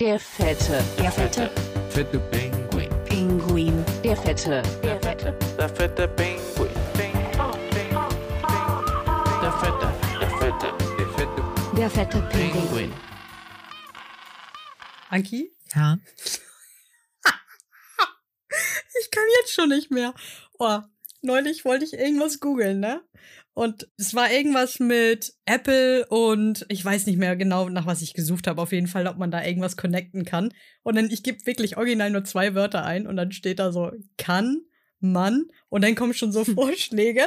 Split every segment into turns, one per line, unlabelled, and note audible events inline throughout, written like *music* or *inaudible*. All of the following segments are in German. Der fette,
Der fette
Fette Pinguin.
Pinguin.
der fette,
Der fette
Der fette Pinguin. Der fette, der fette,
Der fette
Der fette Pinguin.
Pinguin.
Anki?
Ja.
*laughs* Ich kann jetzt schon nicht mehr. Oh, neulich wollte ich irgendwas googeln, ne? Und es war irgendwas mit Apple und ich weiß nicht mehr genau, nach was ich gesucht habe. Auf jeden Fall, ob man da irgendwas connecten kann. Und dann, ich gebe wirklich original nur zwei Wörter ein und dann steht da so, kann, Mann. Und dann kommen schon so Vorschläge.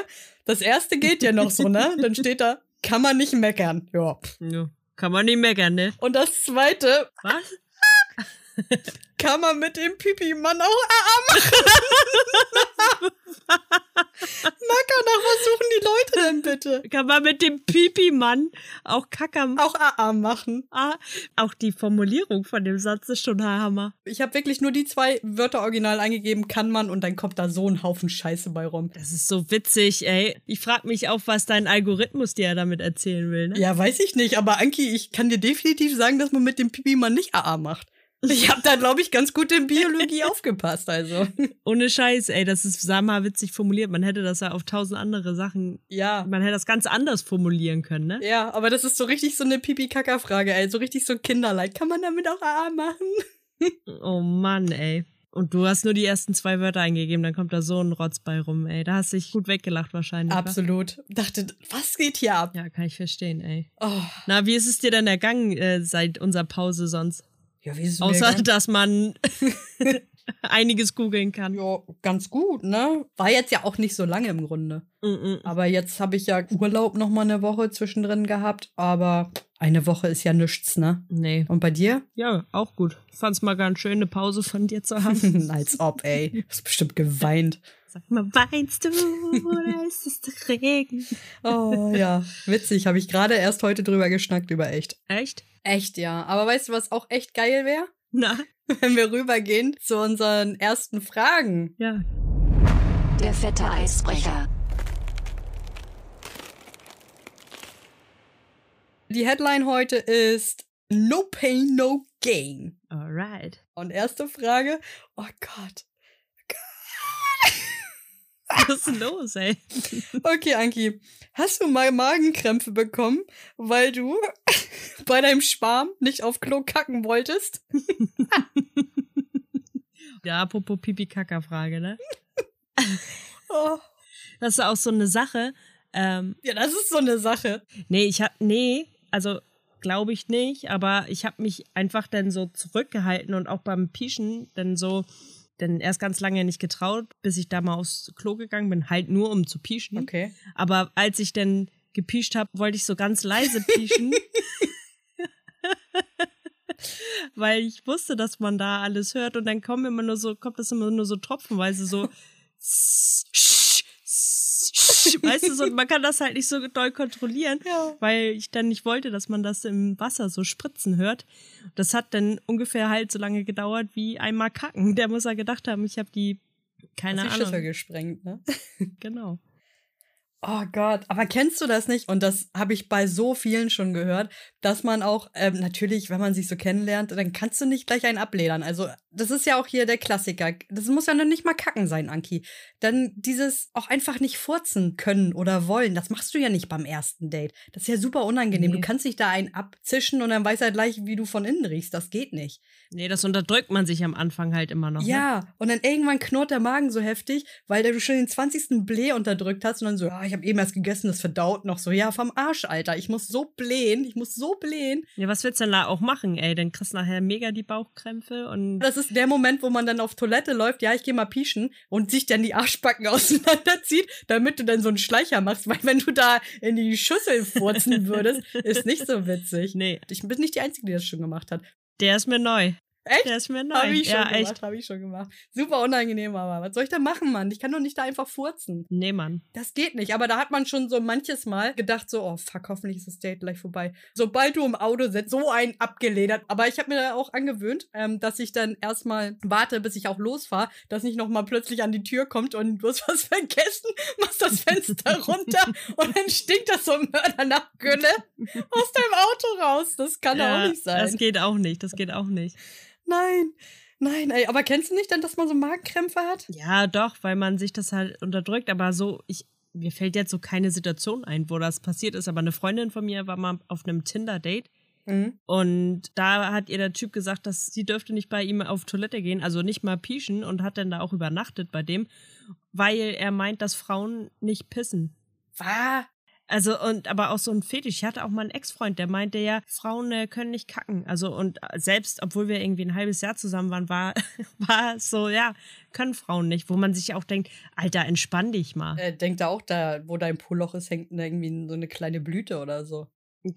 Das erste geht ja noch so, ne? Dann steht da, kann man nicht meckern. Ja.
ja. Kann man nicht meckern, ne?
Und das zweite,
Was?
*laughs* kann man mit dem Pipi-Mann auch AA
*laughs*
machen. Macker, nach was suchen die Leute denn bitte?
Kann man mit dem Pipi-Mann auch Kacker
Auch AA machen.
Ah, auch die Formulierung von dem Satz ist schon der Hammer.
Ich habe wirklich nur die zwei Wörter original eingegeben, kann man, und dann kommt da so ein Haufen Scheiße bei rum.
Das ist so witzig, ey. Ich frag mich auch, was dein Algorithmus dir damit erzählen will, ne?
Ja, weiß ich nicht, aber Anki, ich kann dir definitiv sagen, dass man mit dem Pipi-Mann nicht AA macht. Ich habe da, glaube ich, ganz gut
*laughs*
in Biologie aufgepasst, also.
Ohne Scheiß, ey, das ist sag mal witzig formuliert. Man hätte das ja auf tausend andere Sachen,
Ja.
man hätte das ganz anders formulieren können, ne?
Ja, aber das ist so richtig so eine Pipi-Kacker-Frage, ey. So richtig so Kinderleid. Kann man damit auch AA machen?
Oh Mann, ey. Und du hast nur die ersten zwei Wörter eingegeben, dann kommt da so ein Rotz bei rum, ey. Da hast du dich gut weggelacht wahrscheinlich. wa?
Absolut. Dachte, was geht hier ab?
Ja, kann ich verstehen, ey.
Oh.
Na, wie ist es dir denn ergangen äh, seit unserer Pause sonst?
Ja, wie ist es
Außer,
mir
dass man *laughs* einiges googeln kann.
ja, ganz gut, ne? War jetzt ja auch nicht so lange im Grunde.
Mm-mm.
Aber jetzt habe ich ja Urlaub noch mal eine Woche zwischendrin gehabt, aber eine Woche ist ja nichts, ne?
Nee.
Und bei dir?
Ja, auch gut. Ich fand's mal ganz schön, eine Pause von dir zu
*laughs*
haben.
Hm, Als ob, ey. Hast bestimmt geweint.
Sag mal, weinst du oder ist es der Regen?
Oh ja, witzig, habe ich gerade erst heute drüber geschnackt über echt.
Echt?
Echt, ja. Aber weißt du, was auch echt geil wäre?
Na?
Wenn wir rübergehen zu unseren ersten Fragen.
Ja.
Der fette Eisbrecher.
Die Headline heute ist No Pain, No Gain.
Alright.
Und erste Frage. Oh Gott.
Was ist denn los, ey?
Okay, Anki. Hast du mal Magenkrämpfe bekommen, weil du *laughs* bei deinem Schwarm nicht auf Klo kacken wolltest?
Ja, apropos Pipi-Kaka-Frage, ne?
Oh.
Das ist auch so eine Sache. Ähm,
Ja, das ist so eine Sache.
nee, ich hab, nee, also glaube ich nicht, aber ich habe mich einfach dann so zurückgehalten und auch beim Pischen dann so, dann erst ganz lange nicht getraut, bis ich da mal aufs Klo gegangen bin, halt nur um zu pischen.
*laughs* Okay.
Aber als ich dann gepiescht habe, wollte ich so ganz leise pieschen. Weil ich wusste, dass man da alles hört und dann kommen immer nur so, kommt das immer nur so tropfenweise so. *laughs* weißt du, so, und man kann das halt nicht so doll kontrollieren, weil ich dann nicht wollte, dass man das im Wasser so spritzen hört. Das hat dann ungefähr halt so lange gedauert wie einmal kacken. Der muss ja gedacht haben, ich habe die, keine
Hast die Schüssel
Ahnung.
gesprengt, ne?
Genau.
Oh Gott, aber kennst du das nicht? Und das habe ich bei so vielen schon gehört, dass man auch, ähm, natürlich, wenn man sich so kennenlernt, dann kannst du nicht gleich einen abledern. Also, das ist ja auch hier der Klassiker. Das muss ja noch nicht mal kacken sein, Anki. Dann dieses auch einfach nicht furzen können oder wollen, das machst du ja nicht beim ersten Date. Das ist ja super unangenehm.
Nee.
Du kannst dich da einen abzischen und dann weiß er gleich, wie du von innen riechst. Das geht nicht.
Nee, das unterdrückt man sich am Anfang halt immer noch. Ne?
Ja, und dann irgendwann knurrt der Magen so heftig, weil du schon den 20. Bläh unterdrückt hast und dann so, ah, ich habe eben erst gegessen, das verdaut noch so. Ja, vom Arsch, Alter. Ich muss so blähen, ich muss so blähen.
Ja, was willst du denn da auch machen, ey? Dann kriegst du nachher mega die Bauchkrämpfe und.
Das ist der Moment, wo man dann auf Toilette läuft, ja, ich gehe mal pischen und sich dann die Arschbacken *laughs* auseinanderzieht, damit du dann so einen Schleicher machst, weil wenn du da in die
*laughs*
Schüssel furzen würdest, ist nicht so witzig.
Nee,
Ich bin nicht die Einzige, die das schon gemacht hat.
der ist mir neu.
Echt?
Der ist mir neu.
Habe ich schon
ja, echt.
gemacht, habe ich schon gemacht. Super unangenehm, aber was soll ich da machen, Mann? Ich kann doch nicht da einfach furzen.
Nee, Mann.
Das geht nicht. Aber da hat man schon so manches Mal gedacht, so, oh fuck, hoffentlich ist das Date gleich vorbei. Sobald du im Auto sitzt, so ein abgeledert. Aber ich habe mir da auch angewöhnt, ähm, dass ich dann erstmal warte, bis ich auch losfahre, dass nicht nochmal plötzlich an die Tür kommt und du hast *laughs* was vergessen, machst das
*laughs*
Fenster runter und dann stinkt das so Mörder nach Gülle aus deinem Auto raus. Das kann
ja,
auch nicht sein.
Das geht auch nicht, das geht auch nicht.
Nein, nein, ey. Aber kennst du nicht dann, dass man so Magenkrämpfe hat?
Ja, doch, weil man sich das halt unterdrückt. Aber so, ich, mir fällt jetzt so keine Situation ein, wo das passiert ist. Aber eine Freundin von mir war mal auf einem Tinder-Date
Mhm.
und da hat ihr der Typ gesagt, dass sie dürfte nicht bei ihm auf Toilette gehen, also nicht mal pieschen und hat dann da auch übernachtet bei dem, weil er meint, dass Frauen nicht pissen.
War.
Also und aber auch so ein Fetisch. Ich hatte auch mal einen Ex-Freund, der meinte ja, Frauen äh, können nicht kacken. Also und äh, selbst, obwohl wir irgendwie ein halbes Jahr zusammen waren, war *laughs* war es so ja, können Frauen nicht, wo man sich auch denkt, Alter, entspann dich mal.
Äh, denk da auch da, wo dein Poloch ist, hängt da irgendwie so eine kleine Blüte oder so.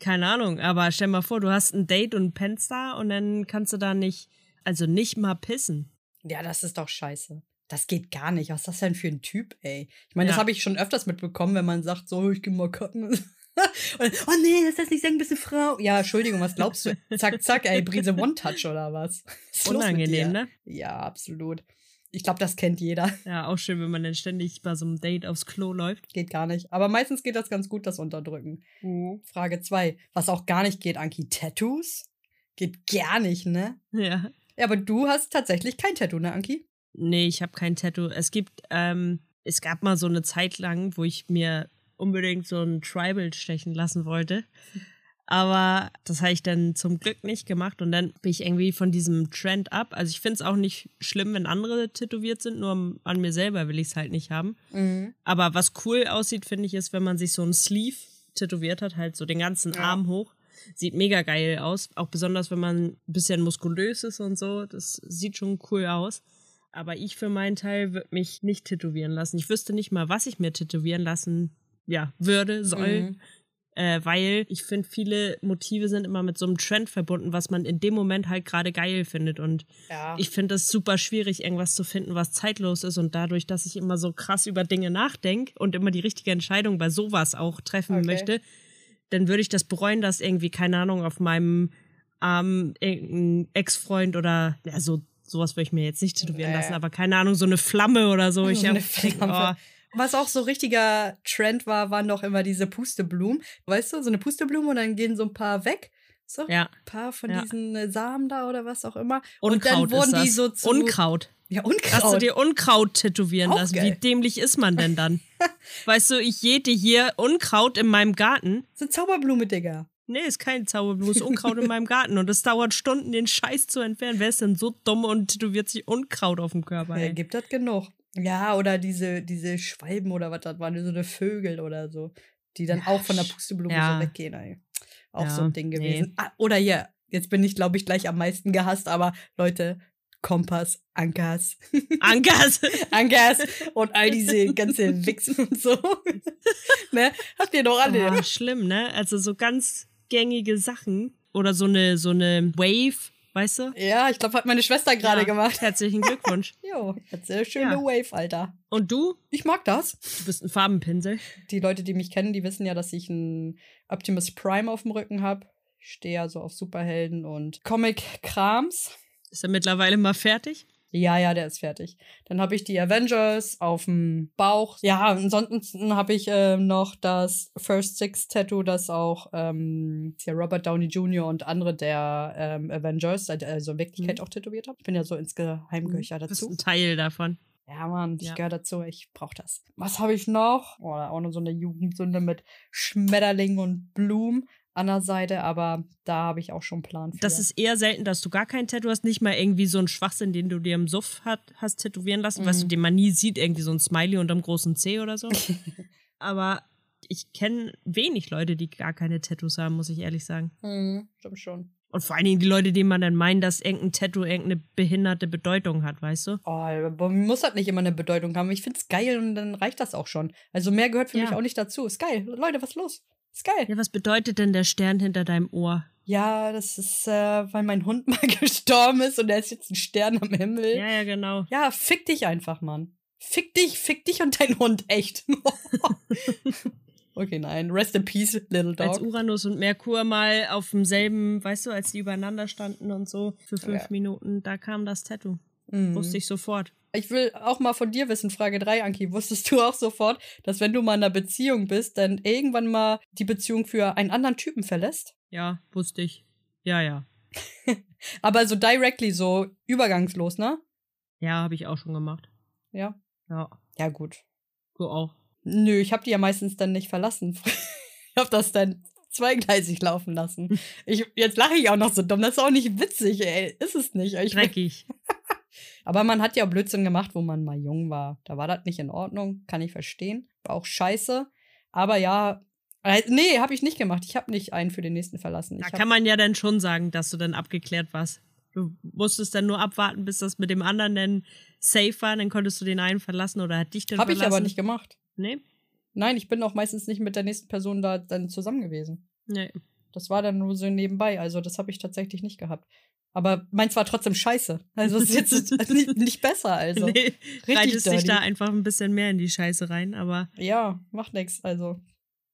Keine Ahnung, aber stell mal vor, du hast ein Date und pennst da und dann kannst du da nicht, also nicht mal pissen.
Ja, das ist doch scheiße. Das geht gar nicht. Was ist das denn für ein Typ, ey? Ich meine, das
Ja.
habe ich schon öfters mitbekommen, wenn man sagt, so, ich geh mal kacken. *laughs* Und, oh nee, lass das nicht sagen, bist du Frau. Ja, Entschuldigung, was glaubst du? Zack, zack, ey, Brise One-Touch oder was? *laughs* was ist los mit
Unangenehm,
dir?
ne?
Ja, absolut. Ich glaube, das kennt jeder. *laughs*
Ja, auch schön, wenn man dann ständig bei so einem Date aufs Klo läuft. *laughs*
Geht gar nicht. Aber meistens geht das ganz gut, das Unterdrücken.
Mhm.
Frage 2. Was auch gar nicht geht, Anki, Tattoos? Geht gar nicht, ne?
Ja.
Ja, aber du hast tatsächlich kein Tattoo, ne, Anki?
Nee, ich habe kein Tattoo. Es gibt, ähm, es gab mal so eine Zeit lang, wo ich mir unbedingt so ein Tribal stechen lassen wollte. Aber das habe ich dann zum Glück nicht gemacht und dann bin ich irgendwie von diesem Trend ab. Also ich finde es auch nicht schlimm, wenn andere tätowiert sind, nur am- an mir selber will ich es halt nicht haben.
Mhm.
Aber was cool aussieht, finde ich, ist, wenn man sich so ein Sleeve tätowiert hat, halt so den ganzen
Ja.
Arm hoch. Sieht mega geil aus. Auch besonders, wenn man ein bisschen muskulös ist und so. Das sieht schon cool aus. Aber ich für meinen Teil würde mich nicht tätowieren lassen. Ich wüsste nicht mal, was ich mir tätowieren lassen ja, würde, soll.
Mhm.
Äh, weil ich finde, viele Motive sind immer mit so einem Trend verbunden, was man in dem Moment halt gerade geil findet. Und
Ja.
ich finde es super schwierig, irgendwas zu finden, was zeitlos ist. Und dadurch, dass ich immer so krass über Dinge nachdenke und immer die richtige Entscheidung bei sowas auch treffen
Okay.
möchte, dann würde ich das bereuen, dass irgendwie, keine Ahnung, auf meinem Arm irgendein Ex-Freund oder ja, so sowas würde ich mir jetzt nicht tätowieren
Nee.
lassen, aber keine Ahnung, so eine Flamme oder so. Ich
So eine
hab- *laughs*
Flamme.
Oh,
Was auch so richtiger Trend war, waren doch immer diese Pusteblumen. Weißt du, so eine Pusteblume und dann gehen so ein paar weg. So
ja,
ein paar von
Ja.
diesen äh, Samen da oder was auch immer.
Unkraut
und dann wurden
ist das.
die so zu.
Unkraut.
Ja,
Hast du
Unkraut.
dir Unkraut tätowieren
Auch
lassen?
geil.
Wie dämlich ist man denn
*laughs*
dann? weißt du, ich jäte hier Unkraut in meinem Garten.
Das sind Zauberblume, Digga.
Nee, ist kein Zauberblume, ist Unkraut in meinem Garten. Und es dauert Stunden, den Scheiß zu entfernen. Wer ist denn so dumm und tätowiert sich Unkraut auf dem Körper?
Ja,
Ey?
Äh, gibt das genug. Ja, oder diese, diese Schwalben oder was das waren, so eine Vögel oder so, die dann
Ja,
auch von der
sch-
Pusteblume
ja.
so weggehen, ey. Auch
Ja,
so ein Ding
nee.
gewesen. Ah, oder hier, jetzt bin ich, glaube ich, gleich am meisten gehasst, aber Leute, Kompass, *laughs* Ankers,
Angas.
Ankers und all diese
*laughs*
ganze Wichsen und so. *laughs* ne? Habt ihr doch alle.
Ah, schlimm, ne? Also so ganz gängige Sachen. Oder so eine, so eine Wave, weißt du?
Ja, ich glaube, hat meine Schwester gerade
Ja,
gemacht.
Herzlichen Glückwunsch.
Jo, hat sehr schöne
Ja.
Wave, Alter.
Und du?
Ich mag das.
Du bist ein Farbenpinsel.
die Leute, die mich kennen, die wissen ja, dass ich einen Optimus Prime auf dem Rücken habe. Stehe ja so auf Superhelden und Comic-Krams.
Ist er mittlerweile mal fertig?
Ja, ja, der ist fertig. Dann habe ich die Avengers auf dem Bauch. Ja, ansonsten habe ich ähm, noch das First Six Tattoo, das auch ähm, hier Robert Downey Jr. und andere der ähm, Avengers, also in Wirklichkeit auch tätowiert haben. Ich bin ja so insgeheim gehöre ich ja
Du Mhm. bist
dazu.
ein Teil davon.
Ja, Mann, ich
Ja.
gehöre dazu, ich brauche das. Was habe ich noch? Oh, auch noch so eine Jugendsünde mit Schmetterlingen und Blumen an der Seite, aber da habe ich auch schon einen Plan für.
Das ist eher selten, dass du gar kein Tattoo hast, nicht mal irgendwie so ein Schwachsinn, den du dir im Suff hat, hast tätowieren lassen,
Mhm.
weißt du, den man nie sieht, irgendwie so ein Smiley unterm großen C oder
*laughs*
so. Aber ich kenne wenig Leute, die gar keine Tattoos haben, muss ich ehrlich sagen.
Hm, stimmt schon.
Und vor allen Dingen die Leute, denen man dann meint, dass irgendein Tattoo irgendeine behinderte Bedeutung hat, weißt du?
Oh, aber man muss halt nicht immer eine Bedeutung haben. Ich finde es geil und dann reicht das auch schon. Also mehr gehört für
Ja.
mich auch nicht dazu. Ist geil. Leute, was ist los? Ist geil.
Ja, was bedeutet denn der Stern hinter deinem Ohr?
Ja, das ist, äh, weil mein Hund *laughs* mal gestorben ist und er ist jetzt ein Stern am Himmel.
Ja, ja, genau.
Ja, fick dich einfach, Mann. Fick dich, fick dich und dein Hund, echt. *laughs* okay, nein. Rest in peace, little
Als
dog.
Uranus und Merkur mal auf demselben, weißt du, als die übereinander standen und so für fünf
Ja.
Minuten, da kam das Tattoo.
Mhm.
Wusste ich sofort.
Ich will auch mal von dir wissen, Frage 3, Anki. Wusstest du auch sofort, dass wenn du mal in einer Beziehung bist, dann irgendwann mal die Beziehung für einen anderen Typen verlässt?
Ja, wusste ich. Ja, ja.
Aber so directly, so übergangslos, ne?
Ja, habe ich auch schon gemacht.
Ja.
Ja,
Ja, gut.
du auch.
Nö, ich habe die ja meistens dann nicht verlassen. *laughs* Ich habe das dann zweigleisig laufen lassen. Ich, jetzt lache ich auch noch so dumm. Das ist auch nicht witzig, ey. Ist es nicht. Ich, *laughs*
Dreckig.
aber man hat ja Blödsinn gemacht, wo man mal jung war. Da war das nicht in Ordnung. Kann ich verstehen. War auch scheiße. Aber ja. äh, Nee, habe ich nicht gemacht. Ich habe nicht einen für den nächsten verlassen. Ich
Da
hab,
kann man ja dann schon sagen, dass du dann abgeklärt warst. Du musstest dann nur abwarten, bis das mit dem anderen dann safe war, dann konntest du den einen verlassen oder hat dich dann
hab ich
verlassen.
aber nicht gemacht.
Nee?
Nein, ich bin auch meistens nicht mit der nächsten Person da dann zusammen gewesen.
Nee.
Das war dann nur so nebenbei. Also, das habe ich tatsächlich nicht gehabt. Aber meins war trotzdem scheiße. Also, es
*laughs*
ist jetzt nicht, nicht besser. Also,
nee. Reitest dich
dirty.
da einfach ein bisschen mehr in die Scheiße rein, aber
ja, macht nichts. Also,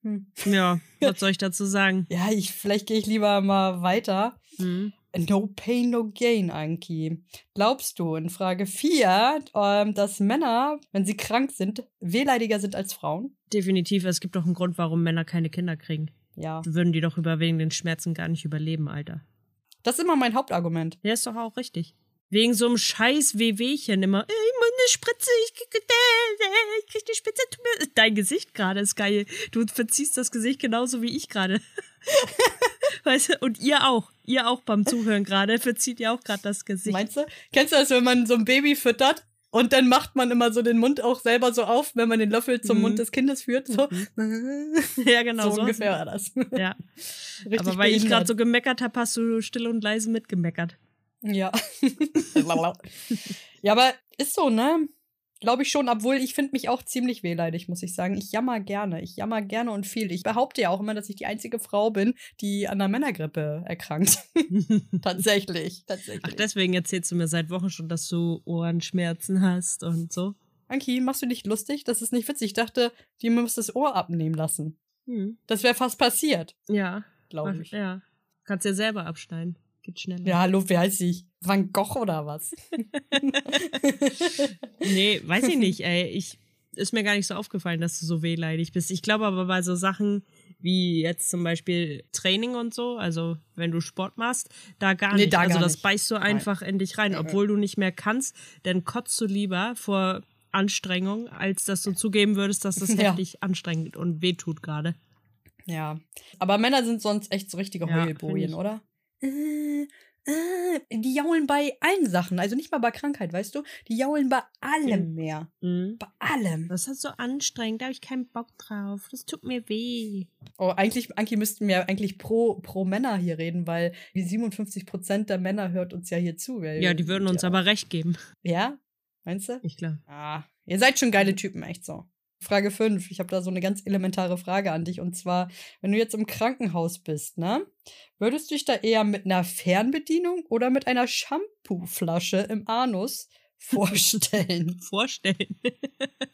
hm. *laughs*
ja, was soll ich dazu sagen?
ja, ich, vielleicht gehe ich lieber mal weiter.
Hm.
No pain, no gain, Anki. Glaubst du in Frage 4, ähm, dass Männer, wenn sie krank sind, wehleidiger sind als Frauen?
Definitiv, es gibt doch einen Grund, warum Männer keine Kinder kriegen.
Ja.
Würden die doch über wegen den Schmerzen gar nicht überleben, Alter.
Das ist immer mein Hauptargument.
Ja, ist doch auch richtig. Wegen so einem scheiß WWchen immer, "Äh, ich muss eine Spritze, ich krieg, äh, ich krieg die Spritze. tut mir- Dein Gesicht gerade ist geil. Du verziehst das Gesicht genauso wie ich gerade. *laughs* weißt du, und ihr auch. Ihr auch beim Zuhören gerade verzieht ihr auch gerade das Gesicht.
Meinst du? Kennst du das, wenn man so ein Baby füttert und dann macht man immer so den Mund auch selber so auf, wenn man den Löffel zum
Mhm.
Mund des Kindes führt? So,
*laughs* ja, genau.
*laughs* so ungefähr war das.
Ja.
Richtig
Aber weil ich gerade
behindert.
so gemeckert habe, hast du still und leise mitgemeckert.
Ja. *laughs* ja, aber ist so, ne? Glaube ich schon, obwohl ich finde mich auch ziemlich wehleidig, muss ich sagen. Ich jammer gerne. Ich jammer gerne und viel. Ich behaupte ja auch immer, dass ich die einzige Frau bin, die an der Männergrippe erkrankt. tatsächlich. Tatsächlich.
Ach, deswegen erzählst du mir seit Wochen schon, dass du Ohrenschmerzen hast und so.
Anki, machst du dich lustig? Das ist nicht witzig. Ich dachte, die muss das Ohr abnehmen lassen.
Hm.
Das wäre fast passiert,
Ja.
glaube
Ach, äh.
ich.
Ja. Kannst ja selber abschneiden. Geht schneller.
Ja, hallo, wer heißt ich? Van Gogh oder was?
Nee, weiß ich
*laughs*
nicht, ey. Ich, ist mir gar nicht so aufgefallen, dass du so wehleidig bist. Ich glaube aber bei so Sachen wie jetzt zum Beispiel Training und so, also wenn du Sport machst, da gar
Nee,
nicht.
da
also
gar
das
nicht. Äh,
beißt du einfach in dich rein,
Ja, ja.
obwohl du nicht mehr kannst, dann kotzt du lieber vor Anstrengung, als dass du zugeben würdest, dass das
*laughs* Ja.
heftig anstrengend und wehtut gerade.
Ja. Aber Männer sind sonst echt so richtige
Ja,
Heulbojen,
find ich.
oder? Äh, äh, die jaulen bei allen Sachen. Also nicht mal bei Krankheit, weißt du? Die jaulen bei allem mehr. Bei allem.
Das ist so anstrengend, da habe ich keinen Bock drauf. Das tut mir weh.
Oh, eigentlich, Anki, müssten wir eigentlich pro, pro Männer hier reden, weil die 57 Prozent der Männer hört uns ja hier zu. Weil
Ja, die würden uns
Äh, ja.
aber recht geben.
Ja? Meinst du?
Ich glaube.
Ah, ihr seid schon
Mhm.
geile Typen, echt so. Frage 5. Ich habe da so eine ganz elementare Frage an dich. Und zwar, wenn du jetzt im Krankenhaus bist, ne? Würdest du dich da eher mit einer Fernbedienung oder mit einer Shampooflasche
*laughs*
im Anus vorstellen?
Vorstellen.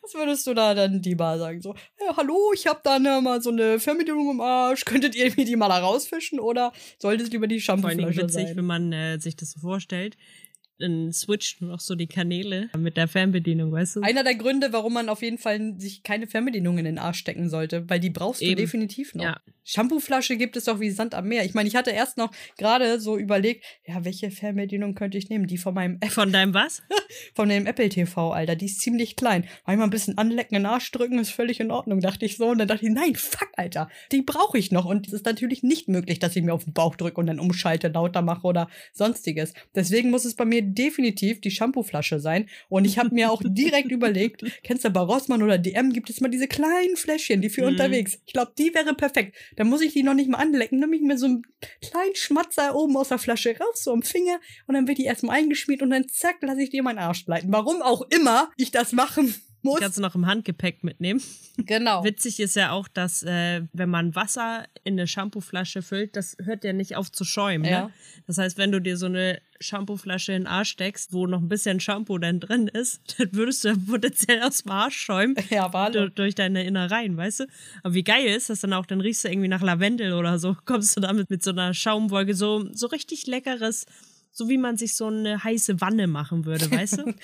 Was würdest du da dann lieber sagen? So, hey, hallo, ich habe da ne, mal so eine Fernbedienung im Arsch. Könntet ihr mir die mal da rausfischen oder sollte es lieber die
Vor allen Dingen
Shampooflasche
witzig,
sein?
wenn man äh, sich das so vorstellt. Dann switcht nur noch so die Kanäle mit der Fernbedienung, weißt du?
Einer der Gründe, warum man auf jeden Fall sich keine Fernbedienung in den Arsch stecken sollte, weil die brauchst du
Eben.
definitiv noch.
Ja.
Shampooflasche gibt es doch wie Sand am Meer. Ich meine, ich hatte erst noch gerade so überlegt, ja, welche Fernbedienung könnte ich nehmen? Die von meinem App,
Von deinem
*laughs*
was?
von dem Apple TV, Alter, die ist ziemlich klein. Einmal ein bisschen anlecken, in den Arsch drücken ist völlig in Ordnung, dachte ich so. Und dann dachte ich, nein, fuck, Alter, die brauche ich noch. Und es ist natürlich nicht möglich, dass ich mir auf den Bauch drücke und dann umschalte, lauter mache oder sonstiges. Deswegen muss es bei mir definitiv die Shampooflasche sein. Und ich habe mir auch
*laughs*
direkt überlegt, kennst du bei Rossmann oder DM gibt es mal diese kleinen Fläschchen, die für
Mhm.
unterwegs. Ich glaube, die wäre perfekt. Dann muss ich die noch nicht mal anlecken, nehme ich mir so einen kleinen Schmatzer oben aus der Flasche raus, so am Finger und dann wird die erstmal eingeschmiert und dann zack, lasse ich dir meinen Arsch gleiten. Warum auch immer ich das machen Muss.
Kannst du noch im Handgepäck mitnehmen.
Genau.
Witzig ist ja auch, dass äh, wenn man Wasser in eine Shampooflasche füllt, das hört ja nicht auf zu schäumen.
Ja.
Ne? Das heißt, wenn du dir so eine Shampooflasche in den Arsch steckst, wo noch ein bisschen Shampoo dann drin ist, *laughs* dann würdest du ja potenziell aus dem Arsch schäumen.
Ja, war
du- Durch deine Innereien, weißt du? Aber wie geil ist das dann auch? Dann riechst du irgendwie nach Lavendel oder so. *laughs* Kommst du damit mit so einer Schaumwolke, so, so richtig leckeres, so wie man sich so eine heiße Wanne machen würde, weißt
*laughs*
du?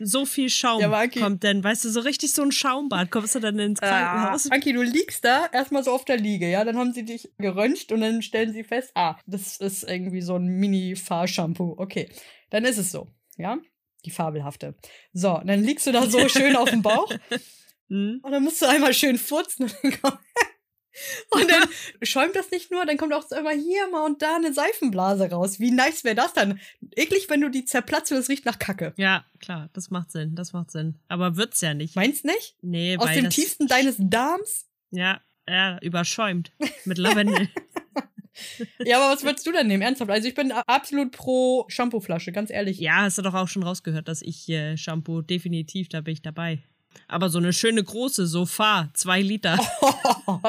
so viel Schaum
Ja, aber Aki-
kommt dann, weißt du, so richtig so ein Schaumbad. Kommst du dann ins
Ah,
Krankenhaus?
Anki, du liegst da erstmal so auf der Liege, ja? Dann haben sie dich geröntgt und dann stellen sie fest, ah, das ist irgendwie so ein Mini-Fahrshampoo. Okay, dann ist es so, ja? Die fabelhafte. So, und dann liegst du da so schön auf dem Bauch
Hm?
und dann musst du einmal schön furzen und dann kommt. *laughs* Und dann schäumt das nicht nur, dann kommt auch so immer hier mal und da eine Seifenblase raus. Wie nice wäre das dann? Eklig, wenn du die zerplatzt und es riecht nach Kacke.
Ja, klar, das macht Sinn, das macht Sinn. Aber wird's ja nicht.
Meinst nicht?
Nee,
Aus
weil
dem
das,
tiefsten deines Darms?
Ja, ja, überschäumt mit Lavendel.
Ja, aber was würdest du denn nehmen? Ernsthaft? Also ich bin a- absolut pro Shampooflasche, ganz ehrlich.
ja, hast du doch auch schon rausgehört, dass ich äh, Shampoo definitiv, da bin ich dabei. Aber so eine schöne große Sofa, zwei Liter.
Oh.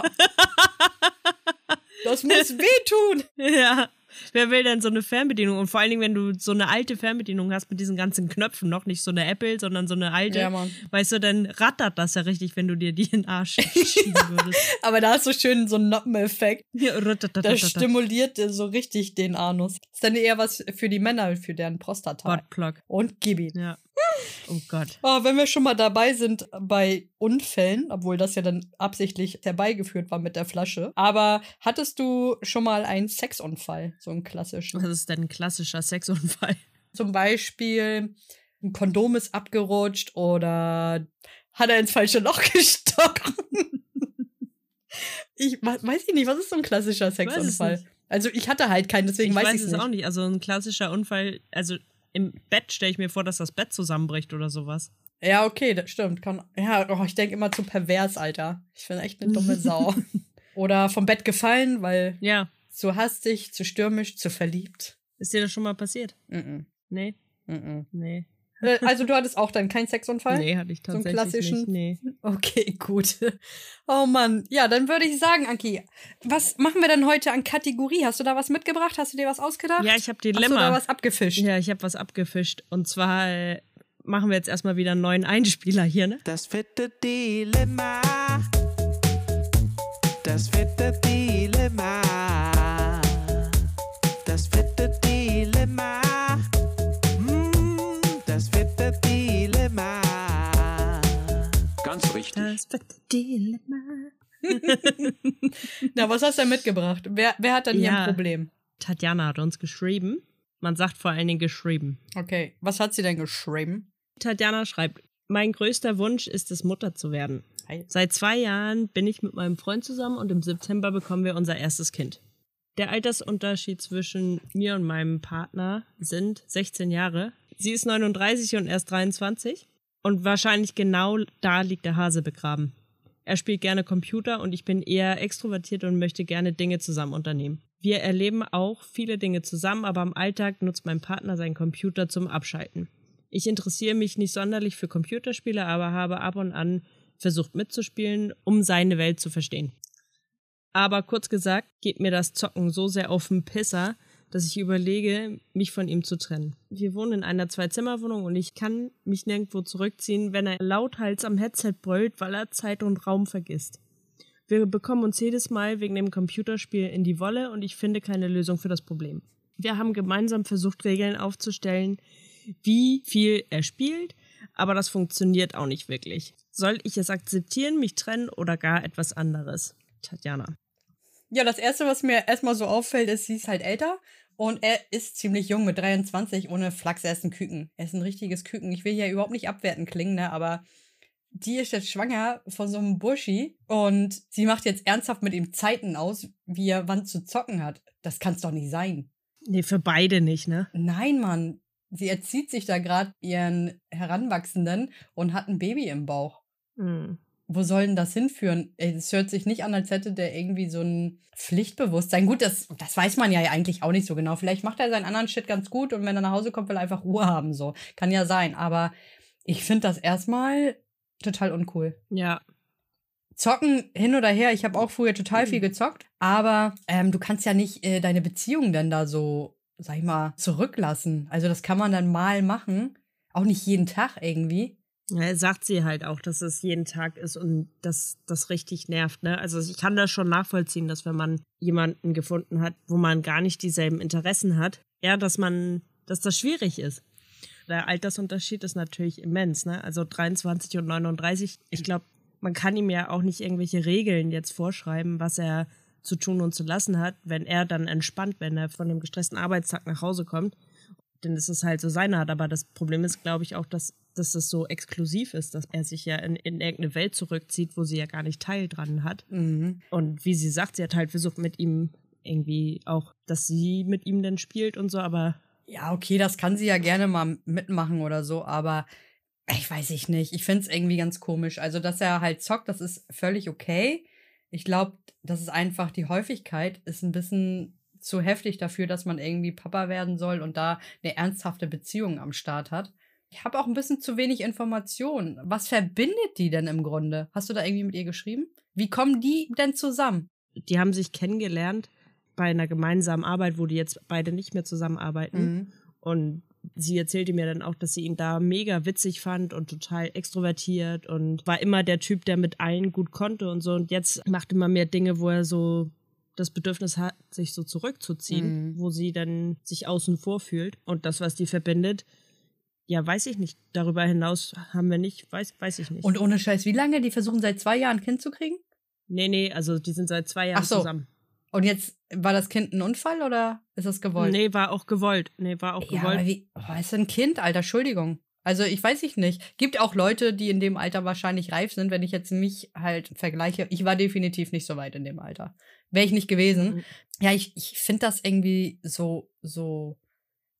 Das muss wehtun.
*laughs* Ja. Wer will denn so eine Fernbedienung? Und vor allen Dingen, wenn du so eine alte Fernbedienung hast mit diesen ganzen Knöpfen, noch nicht so eine Apple, sondern so eine alte,
Ja, Mann.
weißt du, dann rattert das ja richtig, wenn du dir die in den
*laughs*
Arsch schieben würdest.
Aber da ist so schön so ein Noppeneffekt.
Ja, rattatatatata.
Das stimuliert äh, so richtig den Anus. Ist dann eher was für die Männer, für deren Prostata.
Buttplug.
Und gib ihn.
Ja. Oh Gott.
Ah, wenn wir schon mal dabei sind bei Unfällen, obwohl das ja dann absichtlich herbeigeführt war mit der Flasche. Aber hattest du schon mal einen Sexunfall? So einen klassischen?
Das ist denn ein klassischer Sexunfall.
Zum Beispiel ein Kondom ist abgerutscht oder hat er ins falsche Loch *laughs* gestochen. Ich we- weiß ich nicht, was ist so ein klassischer
weiß es
Sexunfall?
nicht.
Also ich hatte halt keinen, deswegen
ich
weiß,
weiß
ich
es
nicht.
auch nicht. Also ein klassischer Unfall, also im Bett stelle ich mir vor, dass das Bett zusammenbricht oder sowas.
Ja, okay, das stimmt. Kann, ja, oh, ich denke immer zu pervers, Alter. Ich bin echt eine dumme
*laughs*
Sau. Oder vom Bett gefallen, weil
Ja.
zu hastig, zu stürmisch, zu verliebt.
Ist dir das schon mal passiert?
Mm
Nee,
-mm, mm
nee.
-mm. Äh, Also du hattest auch dann keinen Sexunfall?
Nee, hatte ich
So einen
tatsächlich
klassischen-
nicht. Nee.
Okay, *laughs* gut. Oh Mann. Ja, dann würde ich sagen, Anki, was machen wir denn heute an Kategorie? Hast du da was mitgebracht? Hast du dir was ausgedacht?
Ja, ich habe
Hast du da
Dilemma.
was abgefischt?
Ja, ich habe was abgefischt. Und zwar äh, machen wir jetzt erstmal wieder einen neuen Einspieler hier, ne?
Das fette Dilemma. Das fette Dilemma. Das fette Dilemma. Mm, Das fette Dilemma. Ganz richtig.
Das wird Dilemma.
Na, was hast du denn mitgebracht? Wer, wer hat denn hier
Ja.
ein Problem?
Tatjana hat uns geschrieben. Man sagt vor allen Dingen geschrieben.
Okay, was hat sie denn geschrieben?
Tatjana schreibt, mein größter Wunsch ist es, Mutter zu werden.
Hi.
Seit zwei Jahren bin ich mit meinem Freund zusammen und im September bekommen wir unser erstes Kind. Der Altersunterschied zwischen mir und meinem Partner sind 16 Jahre. Sie ist 39 und er ist 23. Und wahrscheinlich genau da liegt der Hase begraben. Er spielt gerne Computer und ich bin eher extrovertiert und möchte gerne Dinge zusammen unternehmen. Wir erleben auch viele Dinge zusammen, aber im Alltag nutzt mein Partner seinen Computer zum Abschalten. Ich interessiere mich nicht sonderlich für Computerspiele, aber habe ab und an versucht mitzuspielen, um seine Welt zu verstehen. Aber kurz gesagt, geht mir das Zocken so sehr auf den Pisser, dass ich überlege, mich von ihm zu trennen. Wir wohnen in einer Zwei-Zimmer-Wohnung und ich kann mich nirgendwo zurückziehen, wenn er lauthals am Headset brüllt, weil er Zeit und Raum vergisst. Wir bekommen uns jedes Mal wegen dem Computerspiel in die Wolle und ich finde keine Lösung für das Problem. Wir haben gemeinsam versucht, Regeln aufzustellen, wie viel er spielt, aber das funktioniert auch nicht wirklich. Soll ich es akzeptieren, mich trennen oder gar etwas anderes? Tatjana.
Ja, das Erste, was mir erstmal so auffällt, ist, sie ist halt älter und er ist ziemlich jung mit 23 ohne Flachs. Er ist ein Küken. Er ist ein richtiges Küken. Ich will hier überhaupt nicht abwertend klingen, ne? aber die ist jetzt schwanger von so einem Burschi und sie macht jetzt ernsthaft mit ihm Zeiten aus, wie er wann zu zocken hat. Das kann's doch nicht sein.
Nee, für beide nicht, ne?
Nein, Mann. Sie erzieht sich da gerade ihren Heranwachsenden und hat ein Baby im Bauch wo soll denn das hinführen? Ey, Das hört sich nicht an, als hätte der irgendwie so ein Pflichtbewusstsein. Gut, das, das weiß man ja eigentlich auch nicht so genau. Vielleicht macht er seinen anderen Shit ganz gut und wenn er nach Hause kommt, will er einfach Ruhe haben. So kann ja sein. Aber ich finde das erstmal total uncool.
Ja.
Zocken hin oder her, ich habe auch früher total viel gezockt, aber ähm, du kannst ja nicht äh, deine Beziehung dann da so, sag ich mal, zurücklassen. Also das kann man dann mal machen, auch nicht jeden Tag irgendwie.
Ja, sagt sie halt auch, dass es jeden Tag ist und dass das richtig nervt. Ne? Also ich kann das schon nachvollziehen, dass wenn man jemanden gefunden hat, wo man gar nicht dieselben Interessen hat, ja, dass man, dass das schwierig ist. Der Altersunterschied ist natürlich immens, ne? Also 23 und 39. Ich glaube, man kann ihm ja auch nicht irgendwelche Regeln jetzt vorschreiben, was er zu tun und zu lassen hat, wenn er dann entspannt, wenn er von einem gestressten Arbeitstag nach Hause kommt denn es ist halt so seine Art. Aber das Problem ist, glaube ich, auch, dass, dass das so exklusiv ist, dass er sich ja in, in irgendeine Welt zurückzieht, wo sie ja gar nicht teil dran hat.
Mhm.
Und wie sie sagt, sie hat halt versucht mit ihm irgendwie auch, dass sie mit ihm dann spielt und so, aber
Ja, okay, das kann sie ja gerne mal mitmachen oder so, aber ich weiß ich nicht. Ich finde es irgendwie ganz komisch. Also, dass er halt zockt, das ist völlig okay. Ich glaube, das ist einfach die Häufigkeit, ist ein bisschen zu heftig dafür, dass man irgendwie Papa werden soll und da eine ernsthafte Beziehung am Start hat. Ich habe auch ein bisschen zu wenig Informationen. Was verbindet die denn im Grunde? Hast du da irgendwie mit ihr geschrieben? Wie kommen die denn zusammen?
die haben sich kennengelernt bei einer gemeinsamen Arbeit, wo die jetzt beide nicht mehr
Hm?
zusammenarbeiten. Und sie erzählte mir dann auch, dass sie ihn da mega witzig fand und total extrovertiert und war immer der Typ, der mit allen gut konnte und so. Und jetzt macht immer mehr Dinge, wo er so das Bedürfnis hat, sich so zurückzuziehen,
Mhm.
wo sie dann sich außen vor fühlt. Und das, was die verbindet, ja, weiß ich nicht. Darüber hinaus haben wir nicht, weiß, weiß ich nicht.
Und ohne Scheiß, wie lange? Die versuchen seit zwei Jahren ein Kind zu kriegen?
nee, nee, also die sind seit zwei Jahren
Ach so.
zusammen.
Und jetzt war das Kind ein Unfall oder ist das gewollt?
Nee, war auch gewollt. Nee, war auch
ja,
gewollt.
aber wie, oh, ist ein Kind, Alter, Entschuldigung. Also ich weiß ich nicht. Gibt auch Leute, die in dem Alter wahrscheinlich reif sind, wenn ich jetzt mich halt vergleiche. Ich war definitiv nicht so weit in dem Alter. Wäre ich nicht gewesen.
Mhm.
Ja, ich, ich finde das irgendwie so, so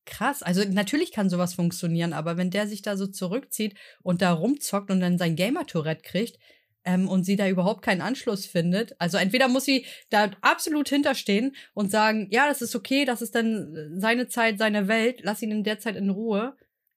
krass. Also natürlich kann sowas funktionieren, aber wenn der sich da so zurückzieht und da rumzockt und dann sein Gamer-Tourette kriegt, ähm, und sie da überhaupt keinen Anschluss findet. Also entweder muss sie da absolut hinterstehen und sagen, ja, das ist okay, das ist dann äh, seine Zeit, seine Welt, lass ihn in der Zeit in Ruhe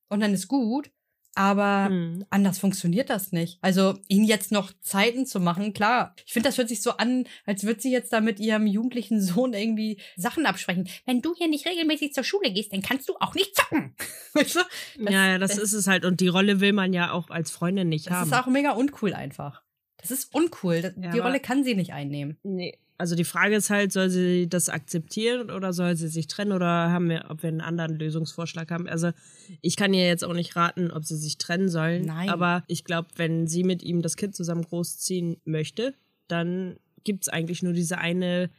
und dann ist gut. Aber
Mhm.
anders funktioniert das nicht. Also ihn jetzt noch Zeiten zu machen, klar. Ich finde, das hört sich so an, als würde sie jetzt da mit ihrem jugendlichen *laughs* Sohn irgendwie Sachen absprechen. Wenn du hier nicht regelmäßig zur Schule gehst, dann kannst du auch nicht zocken. *laughs* Weißt du? Das-
ja, ja, das, ist es halt. Und die Rolle will man ja auch als Freundin nicht
Das
haben.
ist auch mega uncool einfach. Das ist uncool. Das-
Ja,
Die
aber-
Rolle kann sie nicht einnehmen.
nee. Also die Frage ist halt, soll sie das akzeptieren oder soll sie sich trennen oder haben wir, ob wir einen anderen Lösungsvorschlag haben? Also ich kann ihr jetzt auch nicht raten, ob sie sich trennen sollen.
Nein.
Aber ich glaube, wenn sie mit ihm das Kind zusammen großziehen möchte, dann gibt es eigentlich nur diese eine,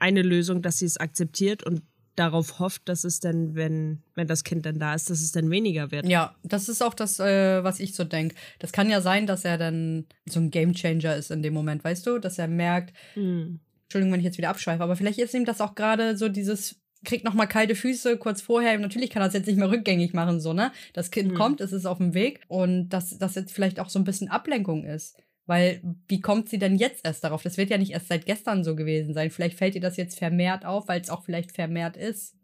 eine Lösung, dass sie es akzeptiert und darauf hofft, dass es dann, wenn, wenn das Kind dann da ist, dass es dann weniger wird.
Ja, das ist auch das, äh, was ich so denke. Das kann ja sein, dass er dann so ein Gamechanger ist in dem Moment, weißt du? Dass er merkt,
Mhm.
Entschuldigung, wenn ich jetzt wieder abschweife, aber vielleicht ist ihm das auch gerade so dieses, kriegt nochmal kalte Füße kurz vorher. Natürlich kann er es jetzt nicht mehr rückgängig machen, so, ne? Das Kind
Mhm.
kommt, es ist auf dem Weg und dass das jetzt vielleicht auch so ein bisschen Ablenkung ist. Weil, wie kommt sie denn jetzt erst darauf? Das wird ja nicht erst seit gestern so gewesen sein. Vielleicht fällt ihr das jetzt vermehrt auf, weil es auch vielleicht vermehrt ist.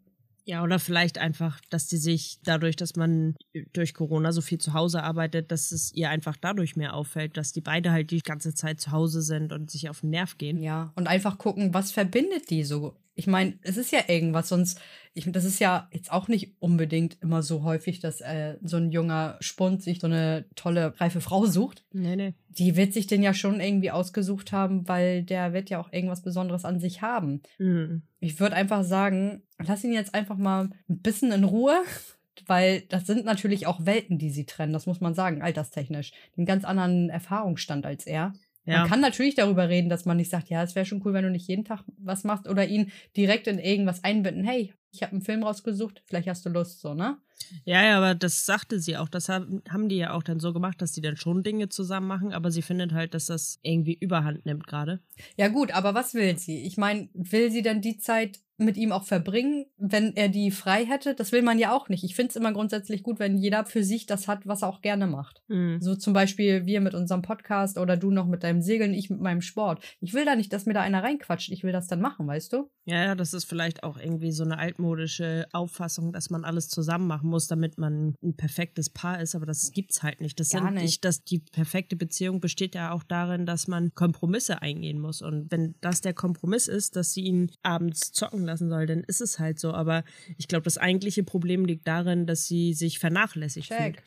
Ja, oder vielleicht einfach, dass die sich dadurch, dass man durch Corona so viel zu Hause arbeitet, dass es ihr einfach dadurch mehr auffällt, dass die beide halt die ganze Zeit zu Hause sind und sich auf den Nerv gehen.
Ja, und einfach gucken, was verbindet die so. Ich meine, es ist ja irgendwas, sonst, ich, das ist ja jetzt auch nicht unbedingt immer so häufig, dass äh, so ein junger Spund sich so eine tolle, reife Frau sucht.
Nee, nee.
Die wird sich den ja schon irgendwie ausgesucht haben, weil der wird ja auch irgendwas Besonderes an sich haben.
Mhm.
Ich würde einfach sagen, lass ihn jetzt einfach mal ein bisschen in Ruhe, *laughs* weil das sind natürlich auch Welten, die sie trennen, das muss man sagen, alterstechnisch. Einen ganz anderen Erfahrungsstand als er.
Ja.
Man kann natürlich darüber reden, dass man nicht sagt, ja, es wäre schon cool, wenn du nicht jeden Tag was machst oder ihn direkt in irgendwas einbinden. Hey, ich habe einen Film rausgesucht, vielleicht hast du Lust, so, ne?
ja, ja, aber das sagte sie auch. Das haben haben die ja auch dann so gemacht, dass die dann schon Dinge zusammen machen, aber sie findet halt, dass das irgendwie überhand nimmt gerade.
Ja, gut, aber was will sie? Ich meine, will sie denn die Zeit mit ihm auch verbringen, wenn er die frei hätte. Das will man ja auch nicht. Ich finde es immer grundsätzlich gut, wenn jeder für sich das hat, was er auch gerne macht.
Mhm.
So zum Beispiel wir mit unserem Podcast oder du noch mit deinem Segeln, ich mit meinem Sport. Ich will da nicht, dass mir da einer reinquatscht. Ich will das dann machen, weißt du?
Ja, ja, das ist vielleicht auch irgendwie so eine altmodische Auffassung, dass man alles zusammen machen muss, damit man ein perfektes Paar ist, aber das gibt's halt nicht. Das
Gar
sind
nicht.
nicht, dass die perfekte Beziehung besteht ja auch darin, dass man Kompromisse eingehen muss und wenn das der Kompromiss ist, dass sie ihn abends zocken lassen soll, dann ist es halt so, aber ich glaube, das eigentliche Problem liegt darin, dass sie sich vernachlässigt fühlt
Check.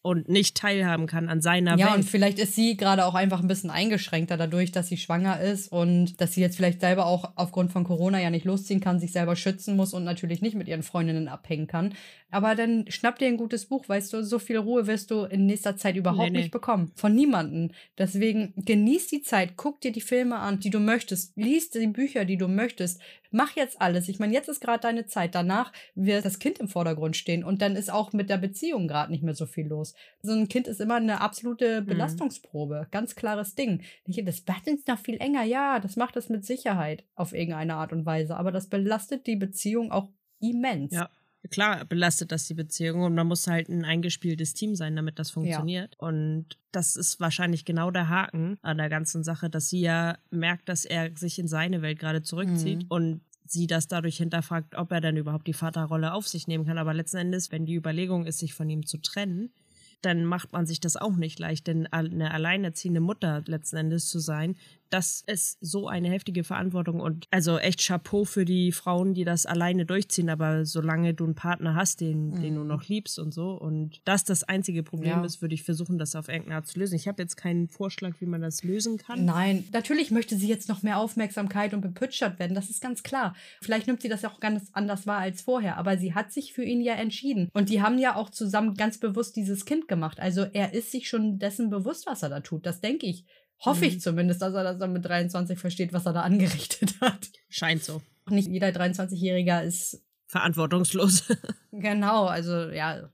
und nicht teilhaben kann an seiner
ja, und
Welt.
vielleicht ist sie gerade auch einfach ein bisschen eingeschränkter dadurch, dass sie schwanger ist und dass sie jetzt vielleicht selber auch aufgrund von Corona ja nicht losziehen kann, sich selber schützen muss und natürlich nicht mit ihren Freundinnen abhängen kann. Aber dann schnapp dir ein gutes Buch, weißt du, so viel Ruhe wirst du in nächster Zeit
Nee,
überhaupt
nee.
nicht bekommen. Von niemandem. Deswegen genieß die Zeit, guck dir die Filme an, die du möchtest, lies die Bücher, die du möchtest. Mach jetzt alles. Ich meine, jetzt ist gerade deine Zeit. Danach wird das Kind im Vordergrund stehen und dann ist auch mit der Beziehung gerade nicht mehr so viel los. So ein Kind ist immer eine absolute Belastungsprobe. Ganz klares Ding. Nicht, Das macht uns noch viel enger. Ja, das macht es mit Sicherheit auf irgendeine Art und Weise. Aber das belastet die Beziehung auch immens.
Ja. Klar, belastet das die Beziehung und man muss halt ein eingespieltes Team sein, damit das funktioniert. Und das ist wahrscheinlich genau der Haken an der ganzen Sache, dass sie ja merkt, dass er sich in seine Welt gerade zurückzieht
Mhm.
und sie das dadurch hinterfragt, ob er dann überhaupt die Vaterrolle auf sich nehmen kann. Aber letzten Endes, wenn die Überlegung ist, sich von ihm zu trennen, dann macht man sich das auch nicht leicht, denn eine alleinerziehende Mutter letzten Endes zu sein, das ist so eine heftige Verantwortung und also echt Chapeau für die Frauen, die das alleine durchziehen, aber solange du einen Partner hast, den, den du noch liebst und so und das das einzige Problem
Mhm. Ja.
ist, würde ich versuchen, das auf irgendeine Art zu lösen. Ich habe jetzt keinen Vorschlag, wie man das lösen kann.
Nein, natürlich möchte sie jetzt noch mehr Aufmerksamkeit und bepütschert werden, das ist ganz klar. Vielleicht nimmt sie das ja auch ganz anders wahr als vorher, aber sie hat sich für ihn ja entschieden. Und die haben ja auch zusammen ganz bewusst dieses Kind gemacht. Also er ist sich schon dessen bewusst, was er da tut, das denke ich. Hoffe ich zumindest, dass er das dann mit 23 versteht, was er da angerichtet *laughs* hat.
Scheint so.
Nicht jeder 23-Jähriger ist *laughs*
Verantwortungslos.
genau, also ja,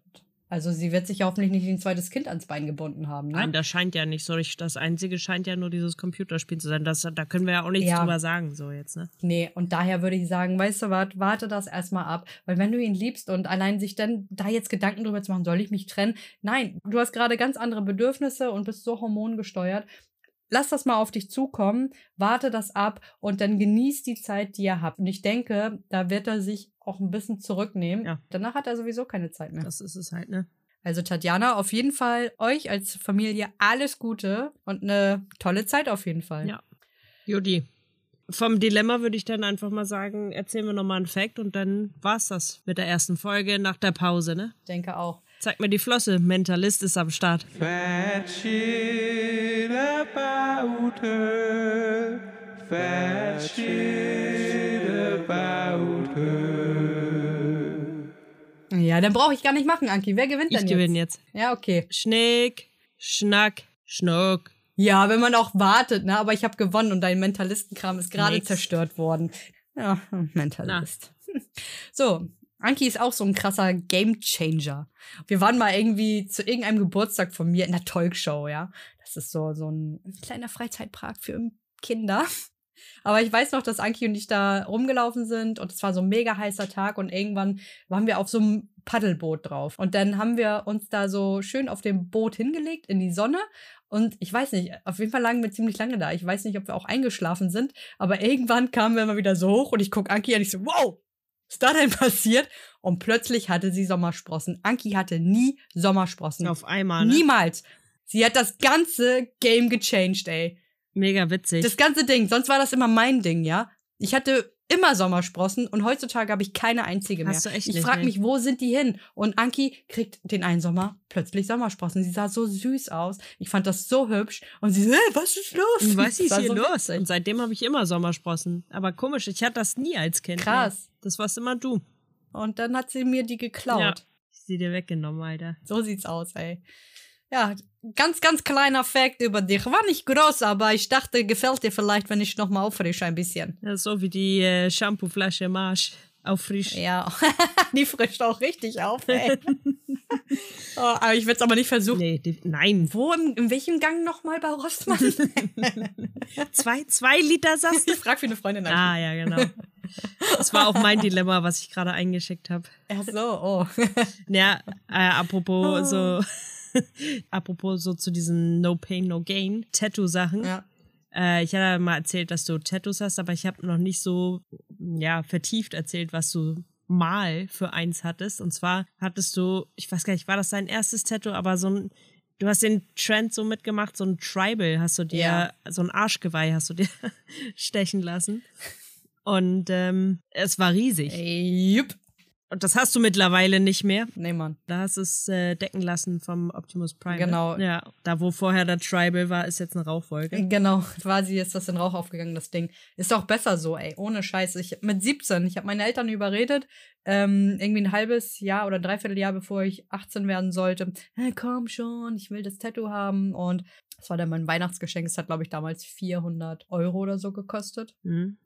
also sie wird sich ja hoffentlich nicht ein zweites Kind ans Bein gebunden haben. Ne?
Nein, das scheint ja nicht so. richtig. Das einzige scheint ja nur dieses Computerspiel zu sein. Das, da können wir ja auch nichts
Ja.
drüber sagen, so jetzt, ne?
Nee, und daher würde ich sagen, weißt du was, warte das erstmal ab. Weil wenn du ihn liebst und allein sich dann da jetzt Gedanken drüber zu machen, soll ich mich trennen? Nein, du hast gerade ganz andere Bedürfnisse und bist so hormongesteuert. Lass das mal auf dich zukommen, warte das ab und dann genieß die Zeit, die ihr habt. Und ich denke, da wird er sich auch ein bisschen zurücknehmen.
Ja.
Danach hat er sowieso keine Zeit mehr.
Das ist es halt, ne?
Also Tatjana, auf jeden Fall euch als Familie alles Gute und eine tolle Zeit auf jeden Fall.
Ja. Judy. Vom Dilemma würde ich dann einfach mal sagen, erzählen wir nochmal einen Fact und dann war's das mit der ersten Folge nach der Pause, ne?
Ich denke auch.
Zeig mir die Flosse, Mentalist ist am Start.
Fat shit about her. Fat shit about her.
Ja, dann brauche ich gar nicht machen, Anki. Wer gewinnt
Ich
denn
gewinne jetzt.
Ja, okay.
Schnick, Schnack, Schnuck.
Ja, wenn man auch wartet, ne? Aber ich habe gewonnen und dein Mentalistenkram ist gerade
Nix.
zerstört worden. Ja, Mentalist. *laughs* So, Anki ist auch so ein krasser Gamechanger. Wir waren mal irgendwie zu irgendeinem Geburtstag von mir in der Talkshow, ja. Das ist so, so ein kleiner Freizeitpark für Kinder. Aber ich weiß noch, dass Anki und ich da rumgelaufen sind und es war so ein mega heißer Tag und irgendwann waren wir auf so einem Paddelboot drauf. Und dann haben wir uns da so schön auf dem Boot hingelegt in die Sonne. Und ich weiß nicht, auf jeden Fall lagen wir ziemlich lange da. Ich weiß nicht, ob wir auch eingeschlafen sind, aber *laughs* irgendwann kamen wir mal wieder so hoch und ich guck Anki an, ich so, wow, was ist da denn passiert? Und plötzlich hatte sie Sommersprossen. Anki hatte nie Sommersprossen.
Auf einmal, ne?
Niemals. Sie hat das ganze Game gechanged, ey.
Mega witzig.
Das ganze Ding. Sonst war das immer mein Ding, ja? Ich hatte immer Sommersprossen und heutzutage habe ich keine einzige mehr.
Hast du echt
ich
nicht,
frage
ne?
mich, wo sind die hin? Und Anki kriegt den einen Sommer plötzlich Sommersprossen. Sie sah so süß aus. Ich fand das so hübsch. Und sie so, hey, was ist los? *laughs*
Und Hm, was ist
Das war
hier
so
los?
witzig.
Und seitdem habe ich immer Sommersprossen. Aber komisch, ich hatte das nie als Kind. ne?
Krass.
Das warst immer du.
Und dann hat sie mir die geklaut.
Ja. Ich sie dir weggenommen, Alter.
So sieht's aus, ey. Ja, ganz, ganz kleiner Fact über dich. War nicht groß, aber ich dachte, gefällt dir vielleicht, wenn ich nochmal auffrische ein bisschen.
Das ist so wie die äh, Shampooflasche Marsch auf frisch.
Ja, *laughs* die frischt auch richtig auf, ey. oh, aber ich werde es aber nicht versuchen.
Nee, die, nein,
Wo, im, in welchem Gang nochmal bei Rossmann?
Zwei, zwei Liter Saft.
ich frage für eine Freundin. an.
ah, ja, genau. Das war auch mein Dilemma, was ich gerade eingeschickt habe.
Ach so, oh. *laughs*
Ja, äh, apropos so, *laughs* apropos so zu diesen No Pain, No Gain Tattoo-Sachen.
ja.
Äh, ich hatte mal erzählt, dass du Tattoos hast, aber ich habe noch nicht so ja, vertieft erzählt, was du mal für eins hattest. Und zwar hattest du, ich weiß gar nicht, war das dein erstes Tattoo, aber so ein, du hast den Trend so mitgemacht, so ein Tribal hast du dir,
Ja.
so ein Arschgeweih hast du dir *laughs* stechen lassen. Und ähm, es war riesig.
Ey, Jupp.
Und das hast du mittlerweile nicht mehr.
Nee, Mann.
Da hast du es äh, decken lassen vom Optimus Prime. ne?
Genau.
Ja, da wo vorher der Tribal war, ist jetzt eine Rauchwolke.
Genau, quasi ist das in Rauch aufgegangen, das Ding. Ist auch besser so, ey, ohne Scheiß. Ich, mit 17, ich habe meine Eltern überredet, ähm, irgendwie ein halbes Jahr oder dreiviertel Jahr, bevor ich 18 werden sollte. "Äh, komm schon, ich will das Tattoo haben. Und das war dann mein Weihnachtsgeschenk. Es hat, glaube ich, damals 400 Euro oder so gekostet.
Mhm.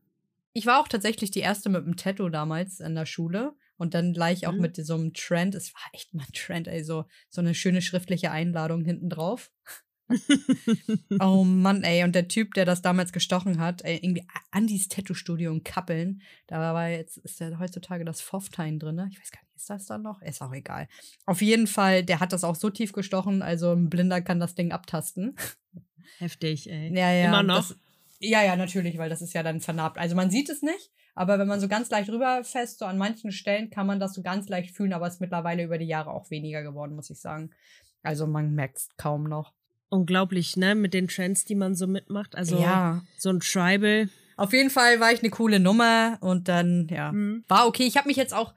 Ich war auch tatsächlich die erste mit dem Tattoo damals in der Schule. Und dann gleich auch
Mhm.
mit so einem Trend. Es war echt mal ein Trend, ey. So, so eine schöne schriftliche Einladung hinten drauf. oh Mann, ey. Und der Typ, der das damals gestochen hat, ey, irgendwie Andis Tattoo-Studio in Kappeln. Da war jetzt, ist ja heutzutage das Foftein drin. ne? Ich weiß gar nicht, ist das da noch? Ist auch egal. Auf jeden Fall, der hat das auch so tief gestochen. Also ein Blinder kann das Ding abtasten.
Heftig, ey.
Ja, ja.
Immer
und
noch?
Das, ja, ja, natürlich, weil das ist ja dann vernarbt. Also man sieht es nicht, aber wenn man so ganz leicht rüberfasst, so an manchen Stellen kann man das so ganz leicht fühlen, aber es ist mittlerweile über die Jahre auch weniger geworden, muss ich sagen. Also man merkt es kaum noch.
Unglaublich, ne? Mit den Trends, die man so mitmacht. Also
ja.
so ein Tribal.
Auf jeden Fall war ich eine coole Nummer und dann, ja.
Mhm.
War okay. Ich habe mich jetzt auch,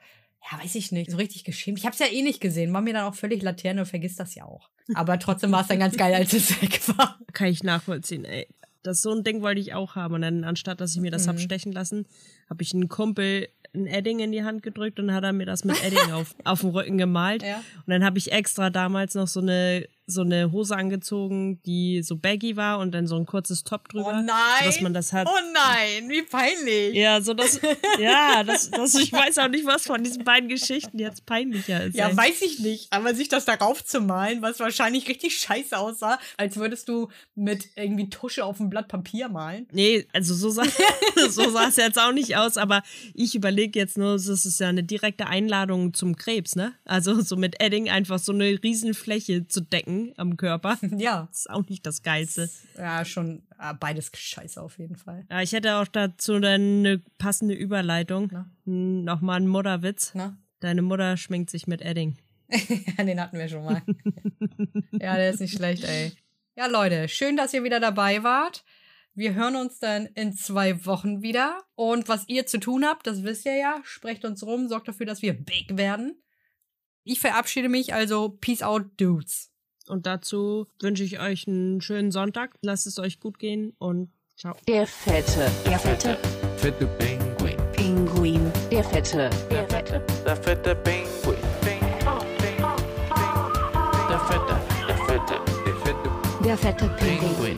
ja, weiß ich nicht, so richtig geschämt. Ich habe es ja eh nicht gesehen. War mir dann auch völlig Laterne und vergisst das ja auch. Aber trotzdem war es dann ganz geil, als es *laughs* weg war.
Kann ich nachvollziehen, ey. Das so ein Ding wollte ich auch haben. Und dann, anstatt dass ich mir das hab
Mhm.
stechen lassen, habe ich einen Kumpel ein Edding in die Hand gedrückt und hat er mir das mit Edding
*laughs*
auf, auf dem Rücken gemalt.
Ja.
Und dann habe ich extra damals noch so eine, so eine Hose angezogen, die so baggy war und dann so ein kurzes Top drüber. Sodass man das hat.
Oh nein, wie peinlich.
Ja, so das, ja, das, das, ich weiß auch nicht, was von diesen beiden Geschichten jetzt peinlicher ist.
Ja,
ey.
weiß ich nicht. Aber sich das darauf zu malen, was wahrscheinlich richtig scheiße aussah, als würdest du mit irgendwie Tusche auf ein Blatt Papier malen.
Nee, also so sah, *laughs* so sah es jetzt auch nicht aus, aber ich überlege jetzt nur, das ist ja eine direkte Einladung zum Krebs, ne? Also so mit Edding einfach so eine Riesenfläche zu decken am Körper.
Ja.
Das ist auch nicht das Geilste.
Ja, schon ah, beides scheiße auf jeden Fall.
Ja, ich hätte auch dazu dann eine passende Überleitung.
Na?
Hm, Nochmal ein Mutterwitz.
Na?
Deine Mutter schminkt sich mit Edding.
*laughs* ja, den hatten wir schon mal. ja, der ist nicht schlecht, ey. Ja, Leute, schön, dass ihr wieder dabei wart. Wir hören uns dann in zwei Wochen wieder. Und was ihr zu tun habt, das wisst ihr ja. Sprecht uns rum, sorgt dafür, dass wir big werden. Ich verabschiede mich also. Peace out, Dudes.
Und dazu wünsche ich euch einen schönen Sonntag. Lasst es euch gut gehen und ciao.
Der fette, der fette
Fette Pinguin.
Pinguin, der fette, der fette
Der fette Pinguin. Der fette, der fette, der fette
Der fette Pinguin.
Pinguin.